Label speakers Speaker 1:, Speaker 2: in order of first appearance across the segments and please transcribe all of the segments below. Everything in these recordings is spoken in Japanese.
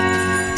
Speaker 1: ー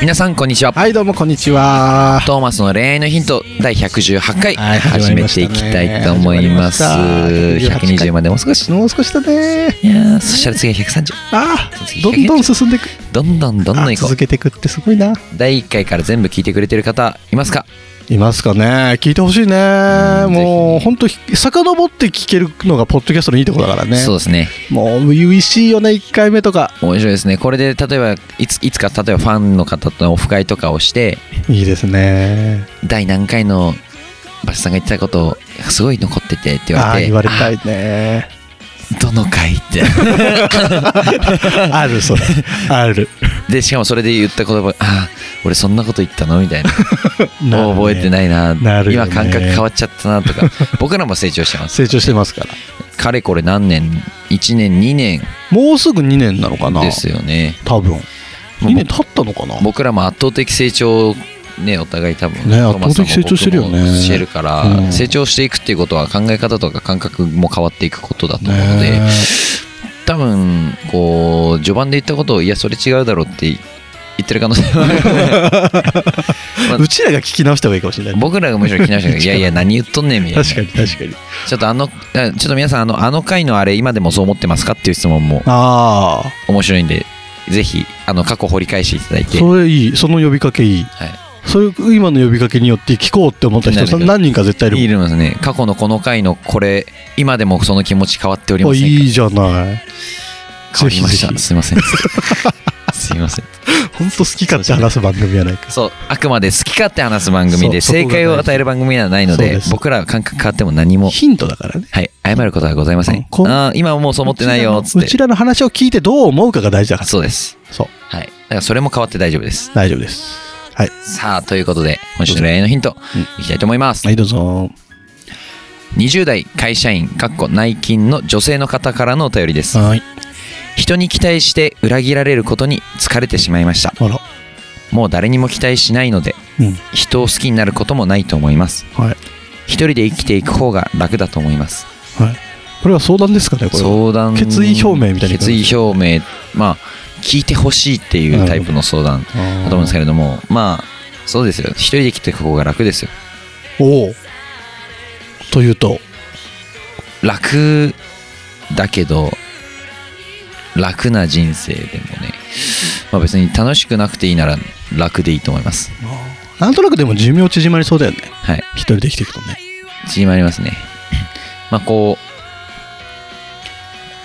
Speaker 2: 皆さんこんにちは、
Speaker 3: はい、どうもこんにちは。
Speaker 2: トーマスの恋愛のヒント第118回、
Speaker 3: はい
Speaker 2: 始めていきたいと思います
Speaker 3: 始まりました
Speaker 2: 120までもう少し
Speaker 3: もう少しだね。
Speaker 2: いやーそしたら次は130
Speaker 3: あ
Speaker 2: 次
Speaker 3: あ、どんどん進んでいく。
Speaker 2: どんどんどんどん
Speaker 3: あ
Speaker 2: いこ
Speaker 3: 続
Speaker 2: う
Speaker 3: けていくってすごいな。
Speaker 2: 第1回から全部聞いてくれてる方いますか
Speaker 3: いますかね。聞いてほしいね。
Speaker 2: うん
Speaker 3: も
Speaker 2: ぜ
Speaker 3: う
Speaker 2: ひ
Speaker 3: 本当遡って聞けるのがポッドキャストのいいところだからね。
Speaker 2: そうですね
Speaker 3: もう初々しいよね一回目とか。
Speaker 2: 面白いですねこれで例えばいついつか例えばファンの方とのオフ会とかをして
Speaker 3: いいですね。
Speaker 2: 第何回のバシさんが言ってたことをすごい残っててって言
Speaker 3: あ
Speaker 2: わ
Speaker 3: あ
Speaker 2: れ
Speaker 3: ー
Speaker 2: て
Speaker 3: 言われた いね。
Speaker 2: あどの回って
Speaker 3: あるそれ。ある。
Speaker 2: でしかもそれで言った言葉あー俺そんなこと言ったのみたいなもう覚えて
Speaker 3: い。
Speaker 2: ないな
Speaker 3: なるよ
Speaker 2: 今感
Speaker 3: ね
Speaker 2: 覚変わっちゃったなと か僕らも成長してます
Speaker 3: 成長してますから。
Speaker 2: かれこれ何年1年2年
Speaker 3: もうすぐ2年なのかな。
Speaker 2: ですよね
Speaker 3: 多分。
Speaker 2: もう
Speaker 3: 2年経ったのかな。
Speaker 2: 僕らも圧倒的成長をねお互い多分
Speaker 3: ね
Speaker 2: トマさんも
Speaker 3: 圧倒的成長してるよね
Speaker 2: 僕もしてるから、
Speaker 3: うん
Speaker 2: 成長していくっていうことは考え方とか感覚も変わっていくことだと思うので、
Speaker 3: ね
Speaker 2: 多分こう序盤で言ったことをいやそれ違うだろうって言ってる可能性はあ る
Speaker 3: うちらが聞き直した方がいいかもしれないね。
Speaker 2: 僕らがむしろ聞き直したけどいやいや何言っとんねんみたいな
Speaker 3: 確かに確かに。
Speaker 2: ちょっとあのあちょっと皆さんあのあの回のあれ今でもそう思ってますかっていう質問も
Speaker 3: ああ。
Speaker 2: 面白いんでぜひあの過去掘り返していただいて、
Speaker 3: それいいその呼びかけいい
Speaker 2: は
Speaker 3: それ今の呼びかけによって聞こうって思った人
Speaker 2: なるほど
Speaker 3: 何人か絶対いる
Speaker 2: い、
Speaker 3: も
Speaker 2: い
Speaker 3: ん
Speaker 2: るんですね過去のこの回のこれ今でもその気持ち変わっており
Speaker 3: あ
Speaker 2: ませんか
Speaker 3: いいじゃない
Speaker 2: 変わりました
Speaker 3: ぜひぜひ
Speaker 2: すいません すいません
Speaker 3: 本当好き勝手話す番組やないか
Speaker 2: そうあくまで好き勝手話す番組で
Speaker 3: そう
Speaker 2: 正解
Speaker 3: そこ
Speaker 2: を
Speaker 3: が大事
Speaker 2: 与える番組ではないの
Speaker 3: そう
Speaker 2: で
Speaker 3: です
Speaker 2: 僕らは感覚変わっても何も
Speaker 3: ヒントだからね
Speaker 2: はい謝ることはございませ
Speaker 3: うん
Speaker 2: ん
Speaker 3: こん
Speaker 2: あー今はもうそう思ってないよっつって
Speaker 3: うちらのうちらの話を聞いてどう思うかが大事だから
Speaker 2: そうです
Speaker 3: そう
Speaker 2: はいだからそれも変わって大丈夫です
Speaker 3: 大丈夫ですはい
Speaker 2: さあということで今週の恋愛のヒントいきたいと思います
Speaker 3: はいどうぞ
Speaker 2: 20代会社員かっこ内勤の女性の方からのお便りです
Speaker 3: はい
Speaker 2: 人に期待して裏切られることに疲れてしまいました
Speaker 3: あら
Speaker 2: もう誰にも期待しないので
Speaker 3: うん
Speaker 2: 人を好きになることもないと思います
Speaker 3: はい
Speaker 2: 一人で生きていく方が楽だと思います
Speaker 3: はいこれは相談ですかねこれは
Speaker 2: 相談
Speaker 3: 決意表明みたいな
Speaker 2: 決意表明まあ聞いてほしいっていうタイプの相談だと思うんですけれどもまあそうですよ一人で生きていく方が楽ですよ
Speaker 3: おおというと
Speaker 2: 楽だけど楽な人生でもね、まあ、別に楽しくなくていいなら楽でいいと思います
Speaker 3: なんとなくでも寿命縮まりそうだよね
Speaker 2: はい
Speaker 3: 一人で生きていくとね
Speaker 2: 縮まりますね まあこ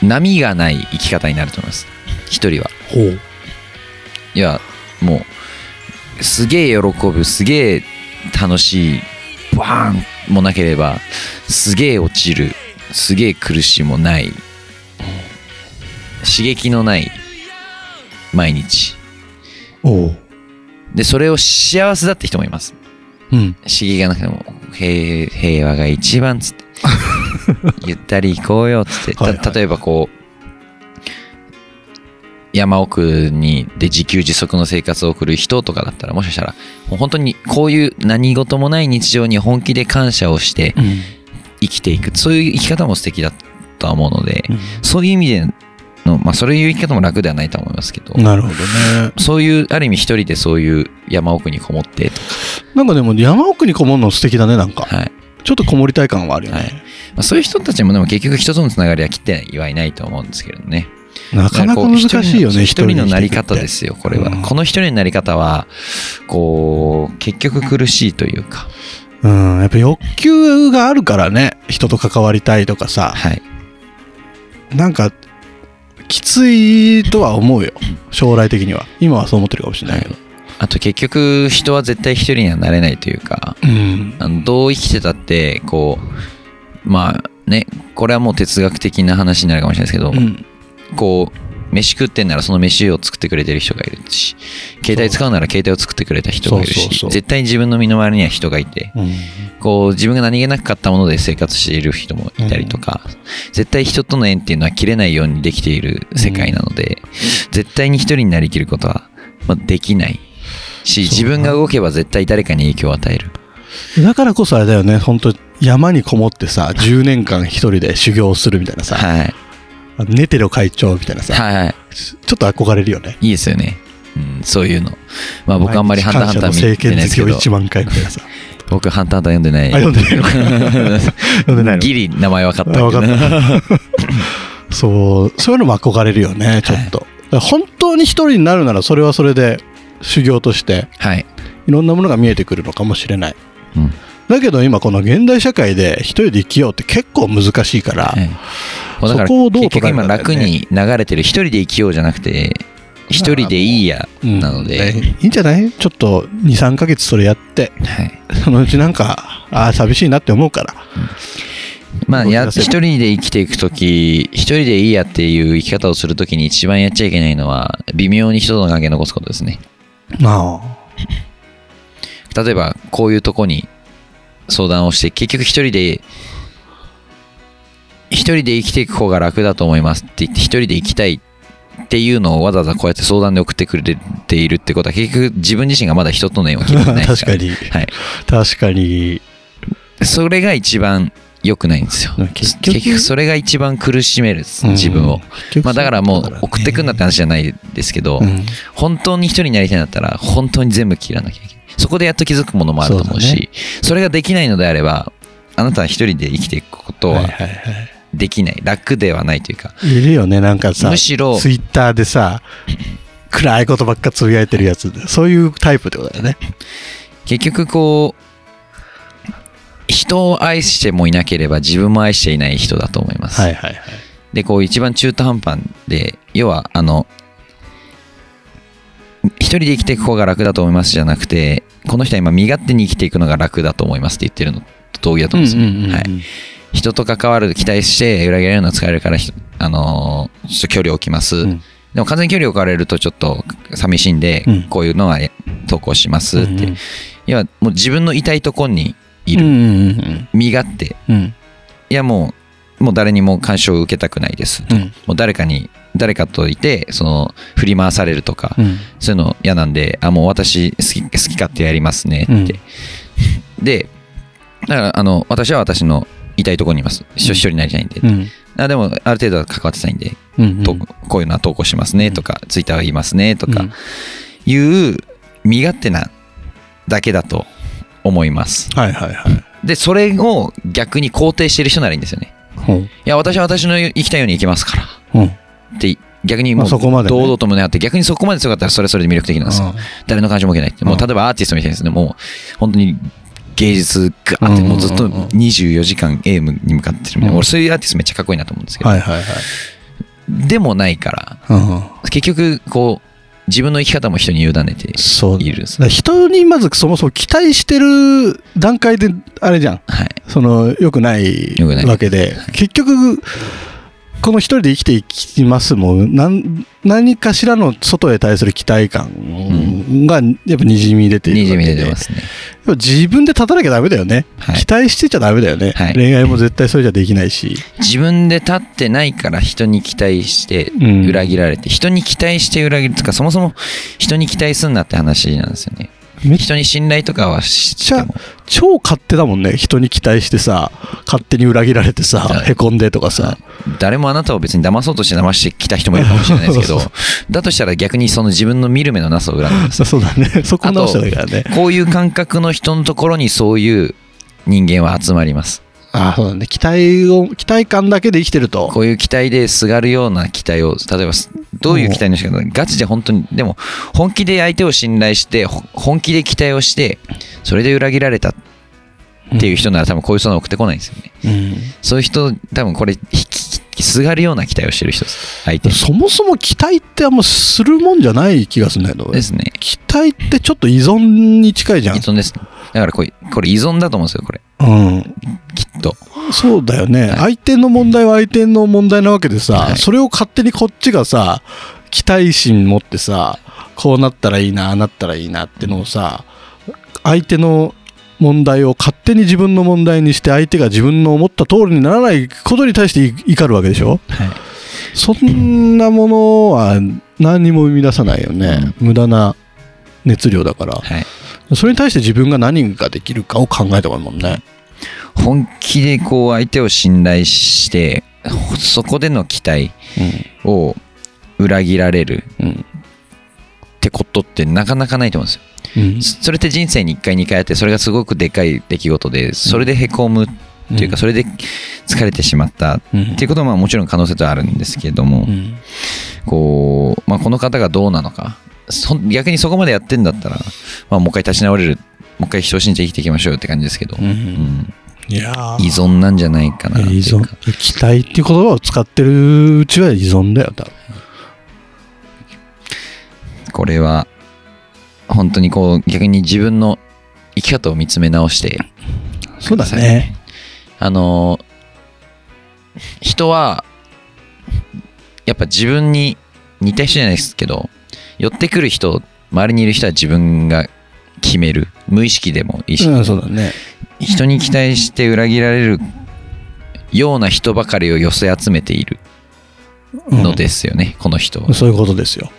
Speaker 2: う波がない生き方になると思います一人は
Speaker 3: ほう
Speaker 2: いやもうすげえ喜ぶすげえ楽しいバーンもなければすげえ落ちるすげえ苦しいもない刺激のない毎日
Speaker 3: おう
Speaker 2: でそれを幸せだって人もいます
Speaker 3: うん
Speaker 2: 刺激がなくても平平和が一番っつって ゆったり行こうよっつってた
Speaker 3: はいはい
Speaker 2: 例えばこう山奥にで自給自足の生活を送る人とかだったらもしかしたらもう本当にこういう何事もない日常に本気で感謝をして
Speaker 3: うん
Speaker 2: 生きていくそういう生き方も素敵だとは思うのでそういう意味での、まあ、そういう生き方も楽ではないとは思いますけど
Speaker 3: なるほどね。
Speaker 2: そういうある意味一人でそういう山奥にこもってと
Speaker 3: なんかでも山奥にこもるの素敵だね、なんか。
Speaker 2: か、はい、
Speaker 3: ちょっとこもりたい感はあるよね。
Speaker 2: はいまあ、そういう人たちもでも結局人とのつながりは切ってはいないと思うんですけどね。
Speaker 3: なかなか難しいよ
Speaker 2: こう一人の
Speaker 3: ね、。
Speaker 2: 一人のなり方ですすよ、これは。
Speaker 3: うん
Speaker 2: この一人のなり方は、こう、結局苦しいというか、
Speaker 3: うん、やっぱ欲求があるからね、人と関わりたいとかさ、
Speaker 2: はい。
Speaker 3: なんか、きついとは思うよ、将来的には。今はそう思ってるかもしれないけど。
Speaker 2: あと結局、人は絶対一人にはなれないというか、
Speaker 3: うん。
Speaker 2: あのどう生きてたって、こう、まあね、これはもう哲学的な話になるかもしれないですけど、
Speaker 3: うん。
Speaker 2: こう、飯食ってんならその飯を作ってくれてる人がいるし携帯使うなら携帯を作ってくれた人がいる
Speaker 3: そうそうそ
Speaker 2: し
Speaker 3: う
Speaker 2: 絶対に自分の身の回りには人がいて
Speaker 3: うん
Speaker 2: こう自分が何気なく買ったもので生活している人もいたりとか、絶対人との縁っていうのは切れないようにできている世界なので、絶対に一人になりきることは、まあ、できないし
Speaker 3: そう
Speaker 2: 自分が動けば絶対誰かに影響を与える
Speaker 3: だからこそあれだよね本当山にこもってさ10年間一人で修行するみたいなさ、
Speaker 2: はい
Speaker 3: ネテロ会長みたいなさ、
Speaker 2: はい、はい、
Speaker 3: ちょっと憧れるよね
Speaker 2: いいですよね、うん、そういうのまあ僕あんまり「ハンターハンター」見
Speaker 3: 感謝の
Speaker 2: てないですけ
Speaker 3: 政権
Speaker 2: ど
Speaker 3: 好きを1万回みたいなさ
Speaker 2: 僕「ハンターハンター」読んでな
Speaker 3: あ
Speaker 2: い
Speaker 3: 読んでないのか読んでないの か
Speaker 2: ギリ名前分かったけ
Speaker 3: あ
Speaker 2: ど
Speaker 3: わかった。そう、そういうのも憧れるよね、ちょっと。だから本当に一人になるなら、それはそれで修行として、
Speaker 2: はい、
Speaker 3: いろんなものが見えてくるのかもしれない。
Speaker 2: うん
Speaker 3: だけど今この現代社会で一人で生きようって結構難しいから、
Speaker 2: はいもうだから
Speaker 3: そこをどう捉える
Speaker 2: 結局今
Speaker 3: かだよね
Speaker 2: 楽に流れてる一人で生きようじゃなくて一人でいいや
Speaker 3: うん
Speaker 2: なので、
Speaker 3: ねいいんじゃないちょっと2、3ヶ月それやって、
Speaker 2: はい、
Speaker 3: そのうちなんか、ああ、寂しいなって思うから。
Speaker 2: まあや
Speaker 3: 動き出せ
Speaker 2: 一
Speaker 3: る
Speaker 2: 人で生きていく時一人でいいやっていう生き方をする時に一番やっちゃいけないのは微妙に人との関係を残すことですね
Speaker 3: まあ、
Speaker 2: 例えばこういうとこに相談をして結局一人で一人で生きていく方が楽だと思いますって言って一人で生きたいっていうのをわざわざこうやって相談で送ってくれているってことは結局自分自身がまだ人との縁を切れてない
Speaker 3: 確かに
Speaker 2: はい、
Speaker 3: 確かに、
Speaker 2: それが一番良くないんですよ結
Speaker 3: 結局
Speaker 2: 局それが一番苦しめるです
Speaker 3: うん
Speaker 2: 自分を、
Speaker 3: 結局
Speaker 2: まあ、だからも
Speaker 3: そうね
Speaker 2: 送ってくんなって話じゃないですけど、
Speaker 3: うん
Speaker 2: 本当に一人になりたいんだったら本当に全部切らなきゃいけないそこでやっと気づくものもあると思うし
Speaker 3: そ
Speaker 2: そ,、
Speaker 3: う
Speaker 2: れができないのであればあなたは一人で生きていくこと
Speaker 3: はい
Speaker 2: は
Speaker 3: はいはい
Speaker 2: できない,、楽ではないというか
Speaker 3: いるよねなんかさ
Speaker 2: むしろ
Speaker 3: ツイッターでさ 暗いことばっかつぶやいてるやつそういうタイプってことだよね
Speaker 2: 結局こう人を愛してもいなければ自分も愛していない人だと思います、
Speaker 3: はいはいはい
Speaker 2: でこう一番中途半端で要はあの一人で生きていく方が楽だと思いますじゃなくてこの人は今身勝手に生きていくのが楽だと思いますって言ってるのと同義だと思うんですよ、はい、人と関わる期待して裏切られるのは疲れるからひあのーちょっと距離を置きます、
Speaker 3: うん
Speaker 2: でも完全に距離を置かれるとちょっと寂しいんで、
Speaker 3: うん
Speaker 2: こういうのは投稿しますって、
Speaker 3: うんうん
Speaker 2: 要はもう自分の痛いとこにいる、
Speaker 3: うんうんうん
Speaker 2: 身勝手
Speaker 3: うん
Speaker 2: いやもうもう誰にも干渉を受けたくないです
Speaker 3: うん
Speaker 2: もう誰かに誰かといてその振り回されるとか、
Speaker 3: うん
Speaker 2: そういうの嫌なんであもう私好き好き勝手やりますねって、
Speaker 3: うん
Speaker 2: でだからあの私は私のいたいところにいます一緒一緒になりたいんで、
Speaker 3: うん
Speaker 2: あでもある程度は関わってたいんで、
Speaker 3: うん
Speaker 2: とこういうのは投稿しますねとか、ツイッターは言いますねと
Speaker 3: うん
Speaker 2: かいう身勝手なだけだと思います
Speaker 3: はいはいはい
Speaker 2: でそれを逆に肯定してる人ならいいんですよね
Speaker 3: ほう
Speaker 2: いや私は私の生きたいように生きますから
Speaker 3: うん
Speaker 2: って逆にも
Speaker 3: まあ
Speaker 2: う
Speaker 3: そこまでね
Speaker 2: 堂々と胸張って逆にそこまで強かったらそれはそれで魅力的なんですよ誰の感情も受けないってもう例えばアーティストみたいですねもう本当に芸術ガーってもうずっと24時間エームに向かってるみたいな
Speaker 3: うん
Speaker 2: 俺そういうアーティストめっちゃかっこいいなと思うんですけど
Speaker 3: はいはいはい
Speaker 2: でもないから
Speaker 3: うん
Speaker 2: 結局こう自分の生き方も人に委ねて
Speaker 3: そう
Speaker 2: いるんです
Speaker 3: だから人にまずそもそも期待してる段階であれじゃん
Speaker 2: はい
Speaker 3: その良くない
Speaker 2: 良くない
Speaker 3: わけで結局この一人で生きていきますもん何何かしらの外へ対する期待感がやっぱにじみ出ている
Speaker 2: にじみ
Speaker 3: わ
Speaker 2: 出
Speaker 3: けで
Speaker 2: てますね
Speaker 3: やっぱ自分で立たなきゃダメだよね、
Speaker 2: はい
Speaker 3: 期待してちゃダメだよね、
Speaker 2: はい
Speaker 3: 恋愛も絶対それじゃできないし、
Speaker 2: 自分で立ってないから人に期待して
Speaker 3: うん
Speaker 2: 裏切られて人に期待して裏切るとかそもそも人に期待すんなって話なんですよね
Speaker 3: めっち
Speaker 2: 人に信頼とかはしして
Speaker 3: ゃ
Speaker 2: も
Speaker 3: 超勝手だもんね人に期待してさ勝手に裏切られてさ、
Speaker 2: はい
Speaker 3: へこんでとかさ、
Speaker 2: 誰もあなたを別に騙そうとして騙してきた人もいるかもしれないですけど
Speaker 3: そう
Speaker 2: だとしたら逆にその自分の見る目のなさを裏切る
Speaker 3: そうだねそこ直したらいいからね
Speaker 2: こういう感覚の人のところにそういう人間は集まります
Speaker 3: ああそうだね期待を期待感だけで生きてると
Speaker 2: こういう期待ですがるような期待を例えばすどういう期待の仕方ガチで本当にでも本気で相手を信頼してほ本気で期待をしてそれで裏切られたっていう人なら多分こういう相談送ってこないんですよね
Speaker 3: うん
Speaker 2: そういう人多分これひきすがるような期待をしてる人です相手に
Speaker 3: そもそも期待ってあんまするもんじゃない気がするんだけど
Speaker 2: で、すね
Speaker 3: 期待ってちょっと依存に近いじゃん
Speaker 2: 依。存ですねだからこれこれ依存だと思うんですよこれ
Speaker 3: うん。
Speaker 2: きっと
Speaker 3: そうだよね。
Speaker 2: はい
Speaker 3: 相手の問題は相手の問題なわけでさ、
Speaker 2: はい
Speaker 3: それを勝手にこっちがさ、期待心持ってさ、こうなったらいいな、ああなったらいいなってのをさ、相手の問題を勝手に自分の問題にして、相手が自分の思った通りにならないことに対して怒るわけでしょ
Speaker 2: はい
Speaker 3: そんなものは何にも生み出さないよね。無駄な熱量だから。
Speaker 2: はい
Speaker 3: それに対して自分が何ができるかを考えた方がいいもんね。
Speaker 2: 本気でこう相手を信頼してそこでの期待を裏切られる
Speaker 3: うん。うん。
Speaker 2: ってことってなかなかないと思うんですよ
Speaker 3: うん
Speaker 2: それって人生に1回2回あってそれがすごくでかい出来事でそれでへこむっていうかそれで疲れてしまったっ
Speaker 3: うん
Speaker 2: ていうことはまあもちろん可能性とはあるんですけども
Speaker 3: うん
Speaker 2: こう、まあ、この方がどうなのかそ逆にそこまでやってんだったら、まあ、もう一回立ち直れるもう一回人を信じて生きていきましょうよって感じですけど、うん
Speaker 3: いやー
Speaker 2: 依存なんじゃないかなってい
Speaker 3: 依
Speaker 2: う
Speaker 3: 存
Speaker 2: か
Speaker 3: 期待っていう言葉を使ってるうちは依存だよ多分
Speaker 2: これは本当にこう逆に自分の生き方を見つめ直して
Speaker 3: そうだね
Speaker 2: あの人はやっぱ自分に似た人じゃないですけど寄ってくる人周りにいる人は自分が決める無意識でも意識、
Speaker 3: うんそうだね
Speaker 2: 人に期待して裏切られるような人ばかりを寄せ集めている
Speaker 3: うん
Speaker 2: のですよね、この人は
Speaker 3: そういうことですよ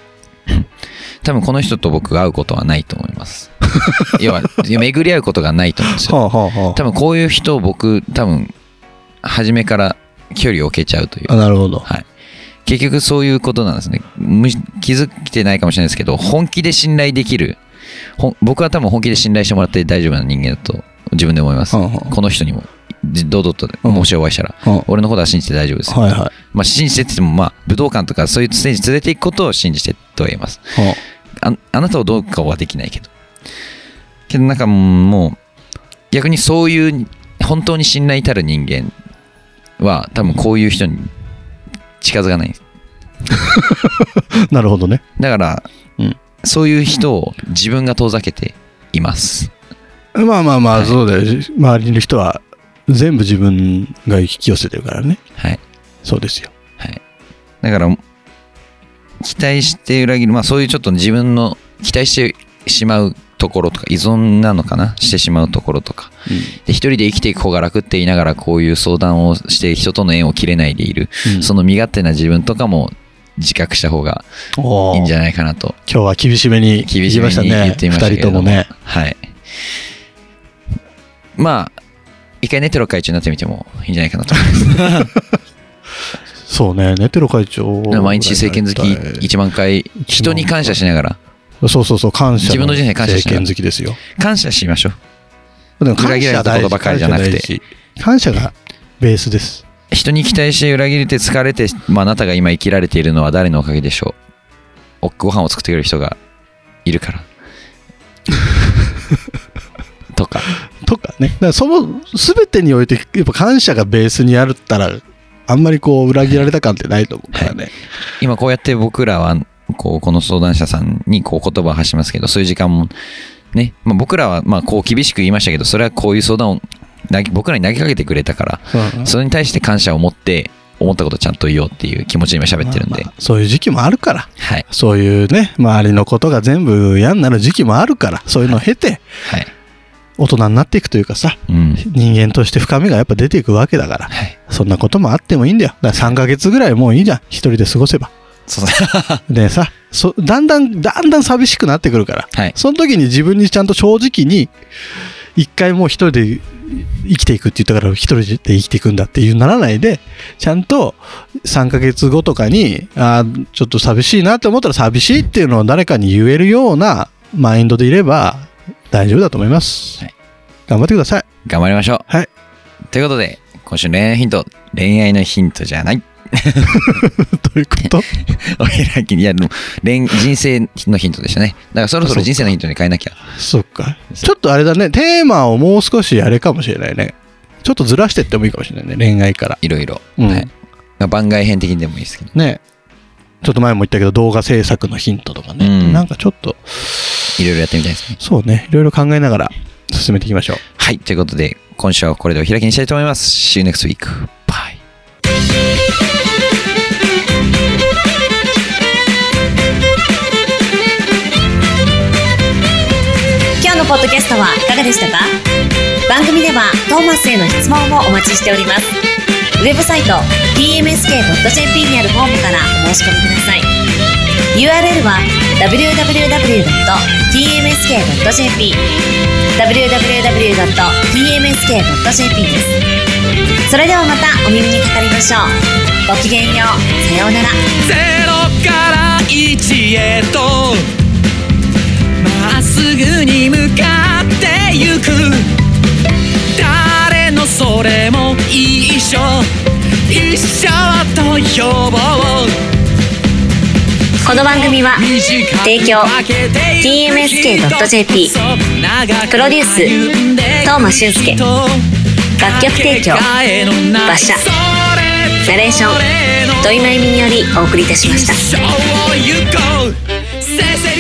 Speaker 2: 多分この人と僕が会うことはないと思います 要は巡り合うことがないと思うんですよ
Speaker 3: はあはあは
Speaker 2: 多分こういう人を僕多分初めから距離を置けちゃうという
Speaker 3: ああなるほど
Speaker 2: はい、結局そういうことなんですねむ気づいてないかもしれないですけど本気で信頼できるほん僕は多分本気で信頼してもらって大丈夫な人間だと自分で思います、
Speaker 3: うんうん
Speaker 2: この人にもじ堂々と
Speaker 3: うん
Speaker 2: もしお会いしたら、
Speaker 3: うん
Speaker 2: 俺のことは信じて大丈夫ですよ、
Speaker 3: はいはいは
Speaker 2: まあ、信じてって言っても、まあ、武道館とかそういうステージに連れていくことを信じてとは言えます
Speaker 3: あ
Speaker 2: ああなたをどうかはできないけどけどなんかもう逆にそういう本当に信頼たる人間は多分こういう人に近づかない
Speaker 3: なるほどね
Speaker 2: だから、
Speaker 3: うん
Speaker 2: そういう人を自分が遠ざけています
Speaker 3: まあまあま
Speaker 2: は
Speaker 3: あ
Speaker 2: い
Speaker 3: そうだよ周りにいる人は全部自分が引き寄せてるからね
Speaker 2: はい
Speaker 3: そうですよ
Speaker 2: はいだから期待して裏切るまあそういうちょっと自分の期待してしまうところとか依存なのかなしてしまうところとかで一人で生きていく方が楽って言いながらこういう相談をして人との縁を切れないでいる、
Speaker 3: うん
Speaker 2: その身勝手な自分とかも自覚した方が
Speaker 3: おー
Speaker 2: いいんじゃないかなと
Speaker 3: 今日は厳しめに
Speaker 2: 厳
Speaker 3: 言
Speaker 2: し
Speaker 3: い
Speaker 2: め
Speaker 3: ました
Speaker 2: に言っ
Speaker 3: ね
Speaker 2: て
Speaker 3: 二
Speaker 2: みましたけ
Speaker 3: 人
Speaker 2: れ
Speaker 3: と
Speaker 2: ども
Speaker 3: もね
Speaker 2: はいまあ一回ねテロ会長になってみてもいいんじゃないかなと思います
Speaker 3: そうねネテロ会長
Speaker 2: 毎日政権好き1万回人に感謝しながら
Speaker 3: そうそうそう感謝
Speaker 2: 自分の人生感謝しなが
Speaker 3: 政
Speaker 2: ら
Speaker 3: 権好きですよ
Speaker 2: 感謝しましょう
Speaker 3: でも
Speaker 2: 裏切られたことばかりじゃなくて
Speaker 3: 感謝がベースです
Speaker 2: 人に期待して裏切れて疲れて、まああなたが今生きられているのは誰のおかげでしょうおご飯を作ってくれる人がいるから とか
Speaker 3: とかねだからその全てにおいてやっぱ感謝がベースにあるったらあんまりこう裏切られた感ってないと思うからね、
Speaker 2: 今こうやって僕らはこうこの相談者さんにこう言葉を発しますけどそういう時間もね、まあ、僕らはまあこう厳しく言いましたけどそれはこういう相談を投げ僕らに投げかけてくれたから
Speaker 3: うん
Speaker 2: それに対して感謝を持って思ったことをちゃんと言おうっていう気持ちで今喋ってるんで、
Speaker 3: まあまあそういう時期もあるから
Speaker 2: はい
Speaker 3: そういうね周りのことが全部嫌になる時期もあるからそういうのを経て
Speaker 2: はい
Speaker 3: 大人になっていくというかさ
Speaker 2: うん
Speaker 3: 人間として深みがやっぱ出ていくわけだから
Speaker 2: はい
Speaker 3: そんなこともあってもいいんだよだから3ヶ月ぐらいもういいじゃん一人で過ごせば
Speaker 2: そうそう
Speaker 3: でさそだんだんだんだん寂しくなってくるから、
Speaker 2: はい
Speaker 3: その時に自分にちゃんと正直に一回もう一人で生きていくって言ったから一人で生きていくんだっていうならないでちゃんと3ヶ月後とかにあーちょっと寂しいなって思ったら寂しいっていうのを誰かに言えるようなマインドでいれば大丈夫だと思います、
Speaker 2: はい
Speaker 3: 頑張ってください
Speaker 2: 頑張りましょう
Speaker 3: はい
Speaker 2: ということで今週の恋愛のヒント恋愛のヒントじゃない
Speaker 3: どういうこと
Speaker 2: お開きにいやでも恋人生のヒントでしたねだからそろそろ人生のヒントに変えなきゃ
Speaker 3: そっか。ちょっとあれだね、テーマをもう少しあれかもしれないね。ちょっとずらしてってもいいかもしれないね、恋愛から。
Speaker 2: いろいろ、
Speaker 3: うん
Speaker 2: はいまあ番外編的にでもいいですけど。
Speaker 3: ねちょっと前も言ったけど動画制作のヒントとかね、
Speaker 2: うん
Speaker 3: なんかちょっと
Speaker 2: いろいろやってみたいですね。
Speaker 3: そうねいろいろ考えながら進めていきましょう
Speaker 2: はい。ということで、今週はこれでお開きにしたいと思います。See you next week. Bye.
Speaker 1: 「今日のポッドキャストはいかがでしたか番組ではトーマスへの質問もお待ちしておりますウェブサイト tmsk.jp にあるフォームからお申し込みください URL は www.tmsk.jp www.tmsk.jp ですそれではまたお耳にかかりましょうごきげんようさようなら
Speaker 4: ゼロから一へとまっすぐに向かってゆく誰のそれも一緒一緒と呼ぼう
Speaker 1: この番組は提供 TMSK.jp プロデュース東間俊介楽曲提供馬車ナレーション土井真由美によりお送りいたしました
Speaker 4: 一生を行こうせせ